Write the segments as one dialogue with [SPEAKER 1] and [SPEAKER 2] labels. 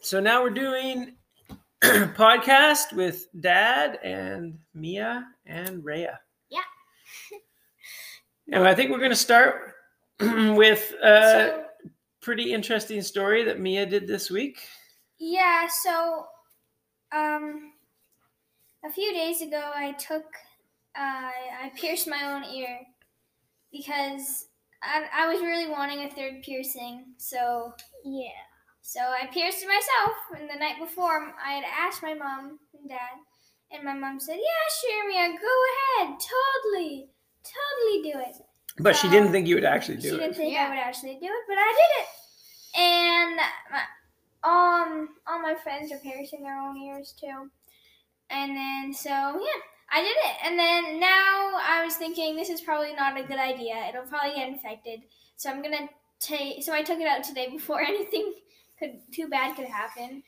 [SPEAKER 1] so now we're doing podcast with Dad and Mia and Raya.
[SPEAKER 2] Yeah.
[SPEAKER 1] and I think we're going to start with a
[SPEAKER 2] So,
[SPEAKER 1] pretty interesting story that Mia did this week.
[SPEAKER 2] yeah, so um a few days ago I took uh, I pierced my own ear because I, I was really wanting a third piercing. So, yeah. So I pierced it myself and the night before I had asked my mom and dad and my mom said, "Yeah, Shamia, go ahead. Totally. Totally do it."
[SPEAKER 1] But she didn't think you would actually
[SPEAKER 2] She
[SPEAKER 1] do
[SPEAKER 2] didn't
[SPEAKER 1] it.
[SPEAKER 2] think
[SPEAKER 3] Yeah.
[SPEAKER 2] I would actually do it, but I did it. And my, um, all my friends are piercing their own ears too. And then so yeah, I did it. And then now I was thinking this is probably not a good idea. It'll probably get infected. So I'm gonna take. So I took it out today before anything could too bad could happen.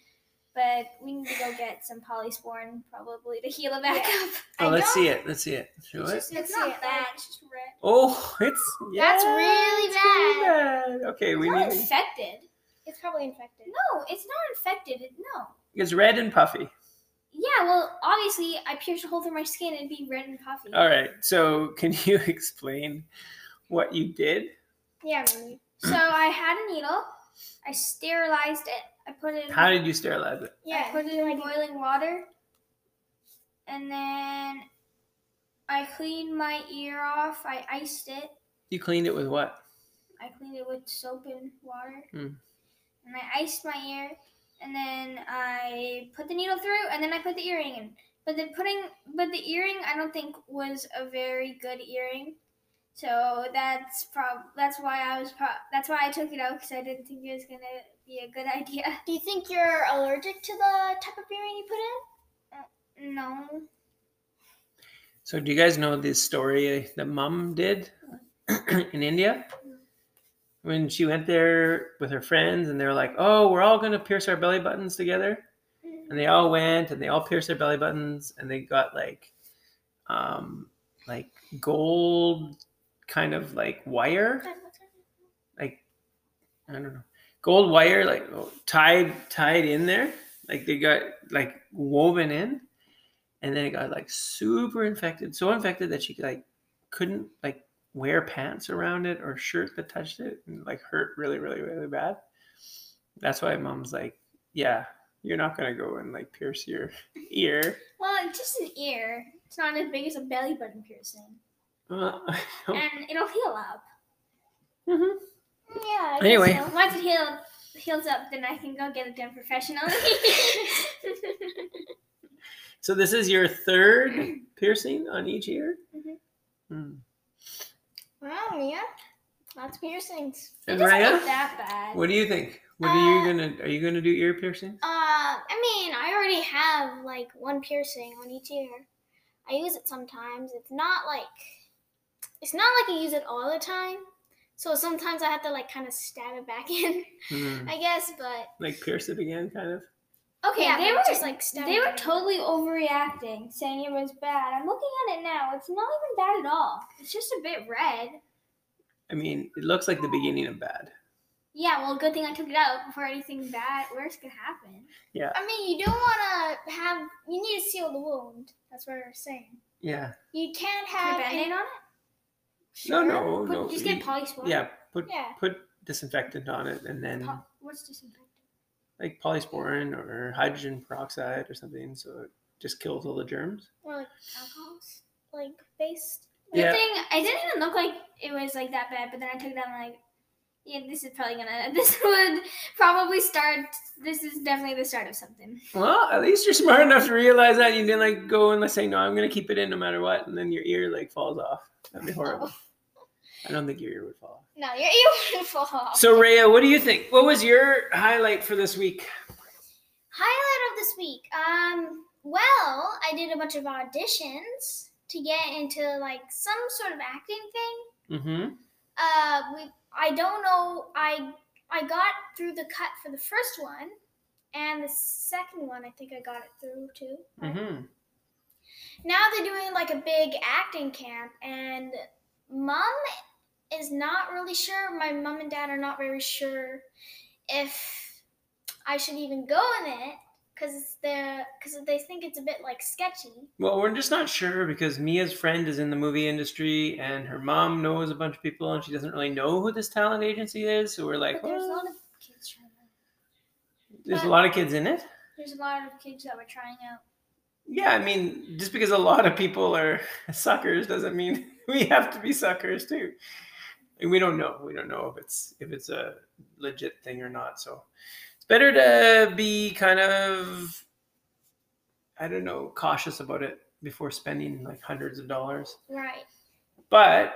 [SPEAKER 2] But we need to go get some polysporin probably to heal it back up.
[SPEAKER 1] Oh,
[SPEAKER 3] I
[SPEAKER 1] let's
[SPEAKER 3] don't-
[SPEAKER 1] see it. Let's see it. Show it.
[SPEAKER 2] It's not bad. It's just red.
[SPEAKER 1] Oh, it's yeah,
[SPEAKER 3] That's really
[SPEAKER 1] it's really bad. Okay, we
[SPEAKER 2] It's not
[SPEAKER 1] need.
[SPEAKER 2] infected.
[SPEAKER 3] It's probably infected.
[SPEAKER 2] No, it's not infected. It, no.
[SPEAKER 1] It's red and puffy.
[SPEAKER 2] Yeah, well, obviously, I pierced a hole through my skin and be red and puffy.
[SPEAKER 1] All right. So, can you explain what you did?
[SPEAKER 3] Yeah, maybe.
[SPEAKER 2] So I had a needle. I sterilized it. I put it. In,
[SPEAKER 1] How did you sterilize it?
[SPEAKER 3] Yeah.
[SPEAKER 2] I put it
[SPEAKER 3] no
[SPEAKER 2] in
[SPEAKER 3] idea.
[SPEAKER 2] boiling water, and then I cleaned my ear off. I iced it.
[SPEAKER 1] You cleaned it with what?
[SPEAKER 2] I cleaned it with soap and water,
[SPEAKER 1] Hmm.
[SPEAKER 2] and I iced my ear. And then I put the needle through, and then I put the earring in. But then putting, but the earring, I don't think was a very good earring. So that's prob. That's why I was. Pro- that's why I took it out because I didn't think it was gonna be a good idea.
[SPEAKER 3] Do you think you're allergic to the type of earring you put in?
[SPEAKER 2] No.
[SPEAKER 1] So, do you guys know this story that mom did in India? When she went there with her friends, and they were like, Oh, we're all going to pierce our belly buttons together. And they all went and they all pierced their belly buttons, and they got like, um, like gold kind of like wire. like I don't know, gold wire like oh, tied tied in there, like they got like woven in, and then it got like super infected, so infected that she like couldn't like wear pants around it or shirt that touched it, and like hurt really really really bad. That's why mom's like, yeah, you're not gonna go and like pierce your ear.
[SPEAKER 2] Well, it's just an ear. It's not as big as a belly button piercing,
[SPEAKER 1] Uh,
[SPEAKER 2] and it'll heal up.
[SPEAKER 1] mhm.
[SPEAKER 3] Yeah. I guess
[SPEAKER 1] Anyway.
[SPEAKER 3] so.
[SPEAKER 2] So once it heal, heals up, then I can go get it done professionally.
[SPEAKER 1] So this is your third piercing on each ear.
[SPEAKER 2] Mhm.
[SPEAKER 1] Hmm.
[SPEAKER 3] Wow, Mia. Lots of piercings.
[SPEAKER 2] It
[SPEAKER 1] And
[SPEAKER 2] doesn't
[SPEAKER 1] Raya?
[SPEAKER 2] look that bad.
[SPEAKER 1] What do you think? What are
[SPEAKER 3] Uh,
[SPEAKER 1] you gonna? Are you gonna do ear piercings?
[SPEAKER 3] Uh, I mean, I already have like one piercing on each ear. I use it sometimes. It's not like it's not like I use it all the time. So sometimes I have to like kind of stab it back in,
[SPEAKER 1] Hmm,
[SPEAKER 3] I guess. But
[SPEAKER 1] Like pierce it again, kind of.
[SPEAKER 2] Okay,
[SPEAKER 3] yeah,
[SPEAKER 2] they
[SPEAKER 3] but
[SPEAKER 2] were
[SPEAKER 3] just like stab
[SPEAKER 2] They
[SPEAKER 3] it
[SPEAKER 2] were
[SPEAKER 3] back in.
[SPEAKER 2] totally overreacting, saying it was bad. I'm looking at it now. It's not even bad at all. It's just a bit red.
[SPEAKER 1] I mean, it looks like the beginning of bad.
[SPEAKER 2] Yeah, well, good thing I took it out before anything bad worse could happen.
[SPEAKER 3] I mean, you don't want to have. You need to seal the wound. That's what we're saying.
[SPEAKER 1] Yeah.
[SPEAKER 3] You can't
[SPEAKER 2] Put a
[SPEAKER 3] have.
[SPEAKER 2] band-aid
[SPEAKER 3] any-
[SPEAKER 2] on it?
[SPEAKER 1] No,
[SPEAKER 3] Sure.
[SPEAKER 1] no,
[SPEAKER 2] Put-
[SPEAKER 1] no.
[SPEAKER 2] just get
[SPEAKER 1] you-
[SPEAKER 2] polysporin.
[SPEAKER 1] yeah, put
[SPEAKER 3] Yeah.
[SPEAKER 1] put disinfectant on it, and then
[SPEAKER 2] Po- what's disinfectant?
[SPEAKER 1] like polysporin or hydrogen peroxide or something, so it just kills all the germs.
[SPEAKER 3] Or like alcohols, like based.
[SPEAKER 2] Good
[SPEAKER 1] Yeah.
[SPEAKER 2] thing it didn't even look like it was like that bad, but then I took it out and I'm like, yeah, this is probably gonna. This would probably start. This is definitely the start of something.
[SPEAKER 1] Well, at least you're smart enough to realize that you didn't like go and like say no, I'm gonna keep it in no matter what, and then your ear like falls off. That'd be horrible. I don't think your ear would fall off.
[SPEAKER 3] No, your ear would fall off.
[SPEAKER 1] So Rhea, what do you think? What was your highlight for this week?
[SPEAKER 3] Highlight of this week. Um, well, I did a bunch of auditions to get into like some sort of acting thing.
[SPEAKER 1] Mm-hmm.
[SPEAKER 3] Uh, we I don't know. I I got through the cut for the first one, and the second one I think I got it through too.
[SPEAKER 1] Mm-hmm.
[SPEAKER 3] Now they're doing like a big acting camp, and mom is not really sure. My mom and dad are not very sure if I shouldn't even go in it because they're because they think it's a bit like sketchy.
[SPEAKER 1] Well, we're just not sure because Mia's friend is in the movie industry and her mom knows a bunch of people and she doesn't really know who this talent agency is. So we're like,
[SPEAKER 2] but there's a
[SPEAKER 1] well,
[SPEAKER 2] lot of kids trying out.
[SPEAKER 1] there's a lot of kids in it.
[SPEAKER 2] There's a lot of kids that were trying out.
[SPEAKER 1] Yeah, I mean, just because a lot of people are suckers doesn't mean we have to be suckers too. And we don't know. We don't know if it's if it's a legit thing or not. So it's better to be kind of I don't know, cautious about it before spending like hundreds of dollars.
[SPEAKER 3] Right.
[SPEAKER 1] But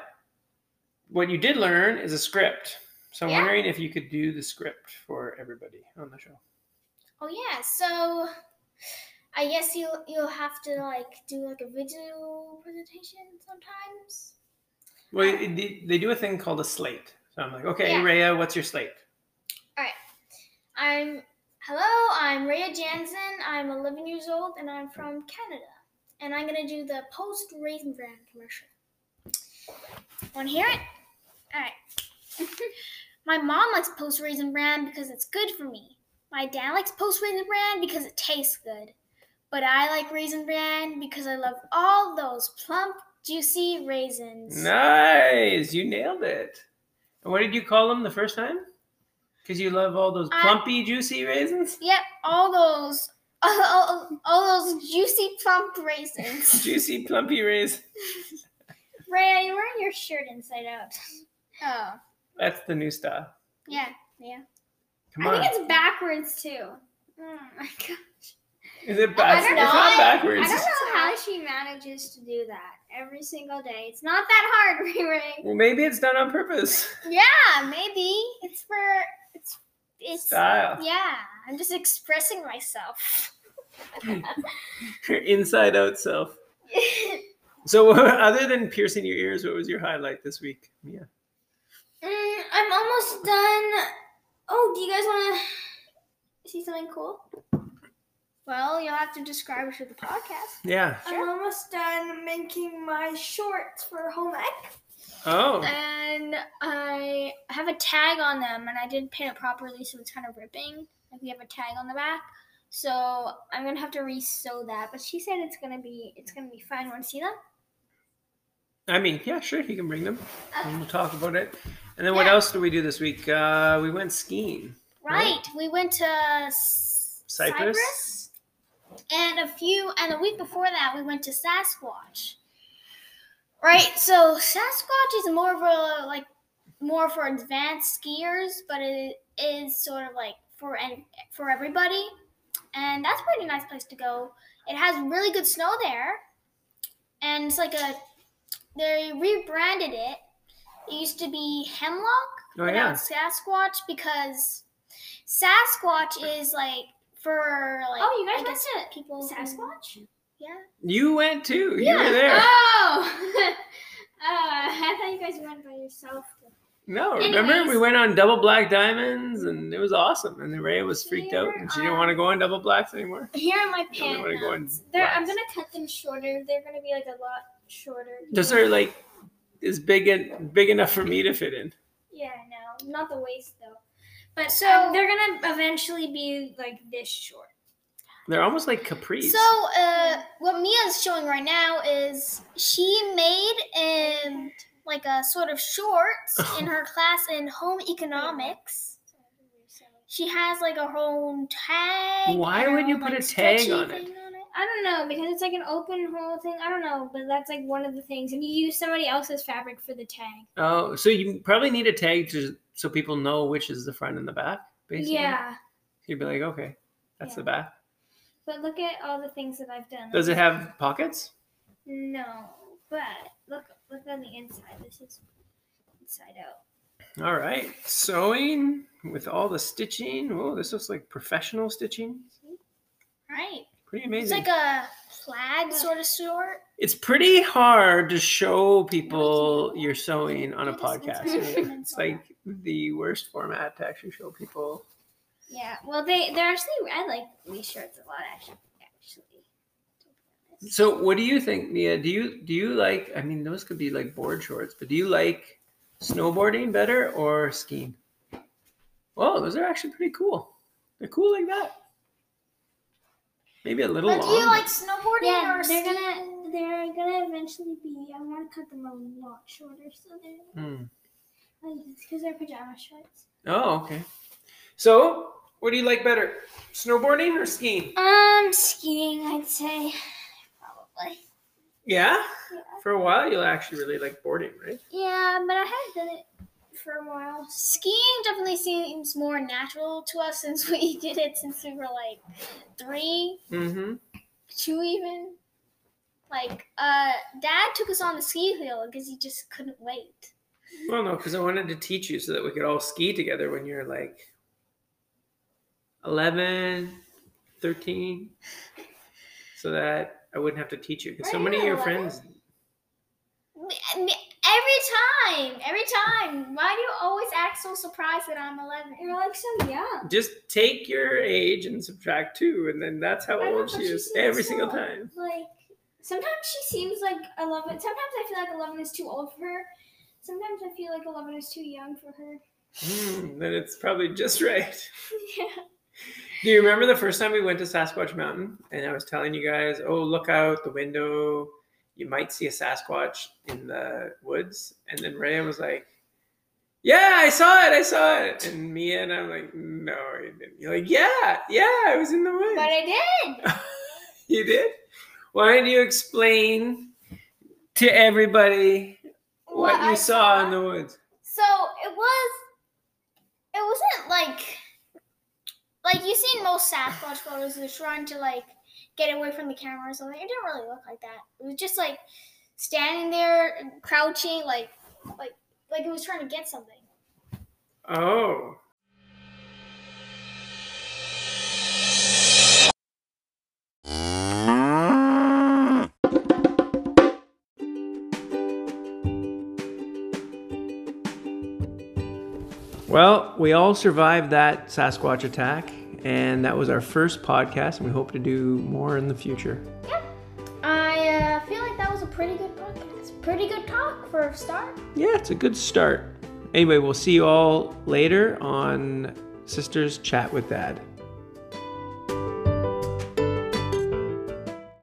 [SPEAKER 1] what you did learn is a script. So I'm
[SPEAKER 3] Yeah.
[SPEAKER 1] wondering if you could do the script for everybody on the show.
[SPEAKER 3] Oh yeah. So I guess you you'll have to like do like a video presentation sometimes.
[SPEAKER 1] Well, it- it- they do a thing called a slate. So I'm like, okay,
[SPEAKER 3] Yeah.
[SPEAKER 1] Rhea, what's your slate?
[SPEAKER 3] I'm hello. I'm Rhea Jansen. I'm 11 years old and I'm from Canada. And I'm gonna do the post Raisin Bran commercial. Want to hear it? All right. My mom likes post Raisin Bran because it's good for me. My dad likes post Raisin Bran because it tastes good. But I like Raisin Bran because I love all those plump, juicy raisins.
[SPEAKER 1] Nice, you nailed it. And what did you call them the first time? Because you love all those
[SPEAKER 3] I-
[SPEAKER 1] plumpy, juicy raisins.
[SPEAKER 3] Yep, all those, all, all, all those juicy, plump raisins.
[SPEAKER 1] juicy, plumpy raisins.
[SPEAKER 2] Ray, you're wearing your shirt inside out.
[SPEAKER 3] Oh,
[SPEAKER 1] That's the new style.
[SPEAKER 3] yeah.
[SPEAKER 1] Come
[SPEAKER 2] I
[SPEAKER 1] on,
[SPEAKER 2] think it's backwards too. Oh my god.
[SPEAKER 1] is it
[SPEAKER 2] Oh, I
[SPEAKER 1] back?
[SPEAKER 2] don't
[SPEAKER 1] It's
[SPEAKER 2] know.
[SPEAKER 1] not backwards.
[SPEAKER 2] I don't know how she manages to do that every single day. It's not that hard, Ray Ray.
[SPEAKER 1] Well, maybe it's done on purpose.
[SPEAKER 3] Yeah, maybe it's for it's it's
[SPEAKER 1] Style.
[SPEAKER 3] yeah. I'm just expressing myself.
[SPEAKER 1] Your inside-out self.
[SPEAKER 3] mm,
[SPEAKER 1] So, other than piercing your ears, what was your highlight this week, Mia?
[SPEAKER 2] Mm, I'm almost done. Oh, do you guys want to see something cool?
[SPEAKER 3] Well, you'll have to describe it for the podcast.
[SPEAKER 1] Yeah.
[SPEAKER 2] I'm almost done making my shorts for home ec.
[SPEAKER 1] Oh.
[SPEAKER 2] And I have a tag on them, and I didn't pin it properly, so it's kind of ripping. Like we have a tag on the back, so I'm gonna have to re-sew that. But she said it's gonna be it's gonna be fine. Want to see them?
[SPEAKER 1] I mean, yeah, sure, you can bring them, and we'll talk about it. And then, what
[SPEAKER 3] Yeah.
[SPEAKER 1] else did we do this week? Uh, we went skiing.
[SPEAKER 3] Right. We went to S-
[SPEAKER 1] Cyprus?
[SPEAKER 3] Cyprus, and a few, and a week before that, we went to Sasquatch. Right. So Sasquatch is more of a like more for advanced skiers, but it is sort of like for and for everybody, and that's a pretty nice place to go. It has really good snow there, and it's like a they rebranded it. It used to be Hemlock
[SPEAKER 1] Oh
[SPEAKER 3] about
[SPEAKER 1] yeah.
[SPEAKER 3] Sasquatch because Sasquatch is like for like
[SPEAKER 2] Oh, you guys
[SPEAKER 3] I
[SPEAKER 2] went
[SPEAKER 3] guess
[SPEAKER 2] to
[SPEAKER 3] people who-
[SPEAKER 2] Sasquatch?
[SPEAKER 3] yeah.
[SPEAKER 1] You went too. You
[SPEAKER 3] Yeah.
[SPEAKER 1] were there.
[SPEAKER 2] uh, Oh, uh, I thought you guys went by yourself.
[SPEAKER 1] No, remember we
[SPEAKER 2] Anyways.
[SPEAKER 1] went on double black diamonds and it was awesome. And then Ray was freaked out and she didn't
[SPEAKER 2] Here
[SPEAKER 1] want to go on double blacks anymore.
[SPEAKER 2] Here are my
[SPEAKER 1] She only wanted to go on
[SPEAKER 2] pants. They're, I'm
[SPEAKER 1] blacks.
[SPEAKER 2] gonna cut them shorter. They're gonna be like a lot shorter.
[SPEAKER 1] Those are like is big and big enough for me to fit in.
[SPEAKER 2] Yeah, no, not the waist though. But
[SPEAKER 3] So-
[SPEAKER 2] so they're gonna eventually be like this short.
[SPEAKER 1] They're almost like capris.
[SPEAKER 3] So uh, what Mia's showing right now is she made um like a sort of shorts in her class in home economics. She has like a whole tag.
[SPEAKER 1] Why
[SPEAKER 3] and her
[SPEAKER 1] would you
[SPEAKER 3] own,
[SPEAKER 1] put
[SPEAKER 3] like,
[SPEAKER 1] a tag
[SPEAKER 3] stretchy
[SPEAKER 1] on it?
[SPEAKER 3] thing on it?
[SPEAKER 2] I don't know because it's like an open hole thing. I don't know, but that's like one of the things. And you use somebody else's fabric for the tag.
[SPEAKER 1] oh, so you probably need a tag to so people know which is the front and the back, basically.
[SPEAKER 2] Yeah,
[SPEAKER 1] You'd be like, okay, that's
[SPEAKER 2] Yeah.
[SPEAKER 1] the back.
[SPEAKER 2] but look at all the things that I've done.
[SPEAKER 1] Does it have pockets?
[SPEAKER 2] No, but look, look on the inside. This is inside out.
[SPEAKER 1] All right. Sewing with all the stitching. Oh, this looks like professional stitching.
[SPEAKER 3] Right.
[SPEAKER 1] Pretty
[SPEAKER 3] It's
[SPEAKER 1] amazing.
[SPEAKER 3] like a plaid sort of short.
[SPEAKER 1] It's pretty hard to show people your sewing on a podcast. It's like the worst format to actually show people.
[SPEAKER 2] Yeah. Well, they they're actually I like these shirts a lot actually. Actually.
[SPEAKER 1] So, what do you think, Mia? Do you do you like? I mean, those could be like board shorts, but do you like Oh, snowboarding better or skiing? Whoa, those are actually pretty cool. They're cool like that. Maybe a little
[SPEAKER 3] But do you
[SPEAKER 1] long.
[SPEAKER 3] like snowboarding
[SPEAKER 2] Yeah, they're
[SPEAKER 3] or skiing?
[SPEAKER 2] gonna they're gonna eventually be. I want to cut them a lot shorter so they're
[SPEAKER 1] Hmm.
[SPEAKER 2] because they're pajama shorts.
[SPEAKER 1] Oh, okay. So, what do you like better, snowboarding or skiing?
[SPEAKER 2] Um, skiing, I'd say probably.
[SPEAKER 1] Yeah.
[SPEAKER 2] Yeah.
[SPEAKER 1] For a while, you actually really like boarding, right?
[SPEAKER 2] Yeah, but I have done it for a while.
[SPEAKER 3] Skiing definitely seems more natural to us since we did it since we were like three,
[SPEAKER 1] Mm-hmm.
[SPEAKER 3] two even. Like, uh, Dad took us on the ski hill because he just couldn't wait.
[SPEAKER 1] Well, no, because I wanted to teach you so that we could all ski together when you're like 11, 13, so that I wouldn't have to teach you. Because so
[SPEAKER 3] Are
[SPEAKER 1] many of
[SPEAKER 3] you
[SPEAKER 1] your
[SPEAKER 3] 11?
[SPEAKER 1] friends,
[SPEAKER 3] Me- me- Every time, every time. Why do you always act so surprised that I'm 11?
[SPEAKER 2] You're like so young.
[SPEAKER 1] just take your age and subtract two, and then that's how
[SPEAKER 2] I know,
[SPEAKER 1] old
[SPEAKER 2] but
[SPEAKER 1] she
[SPEAKER 2] she
[SPEAKER 1] is
[SPEAKER 2] seems
[SPEAKER 1] every
[SPEAKER 2] so
[SPEAKER 1] single
[SPEAKER 2] old.
[SPEAKER 1] time.
[SPEAKER 2] Like sometimes she seems like eleven. Sometimes I feel like eleven is too old for her. Sometimes I feel like eleven is too young for her.
[SPEAKER 1] Hmm, then it's probably just right.
[SPEAKER 2] yeah.
[SPEAKER 1] Do you remember the first time we went to Sasquatch Mountain and I was telling you guys, oh, look out the window. You might see a Sasquatch in the woods. And then Raya was like, yeah, I saw it. I saw it. And Mia and I'm like, no, you didn't. You're like, yeah, yeah, I was in the woods.
[SPEAKER 3] But I did!
[SPEAKER 1] you did? Why don't you explain to everybody what,
[SPEAKER 3] I
[SPEAKER 1] you saw in the woods?
[SPEAKER 3] So it was. It wasn't like. Like you see in most Sasquatch photos, they're trying to like get away from the camera or something. It didn't really look like that. It was just like standing there, and crouching, like, like, like it was trying to get something.
[SPEAKER 1] Oh. Well, we all survived that Sasquatch attack, and that was our first podcast, and we hope to do more in the future.
[SPEAKER 3] I uh, feel like that was a pretty good podcast. Pretty good talk for a start.
[SPEAKER 1] Yeah, it's a good start. Anyway, we'll see you all later on Sisters Chat with Dad.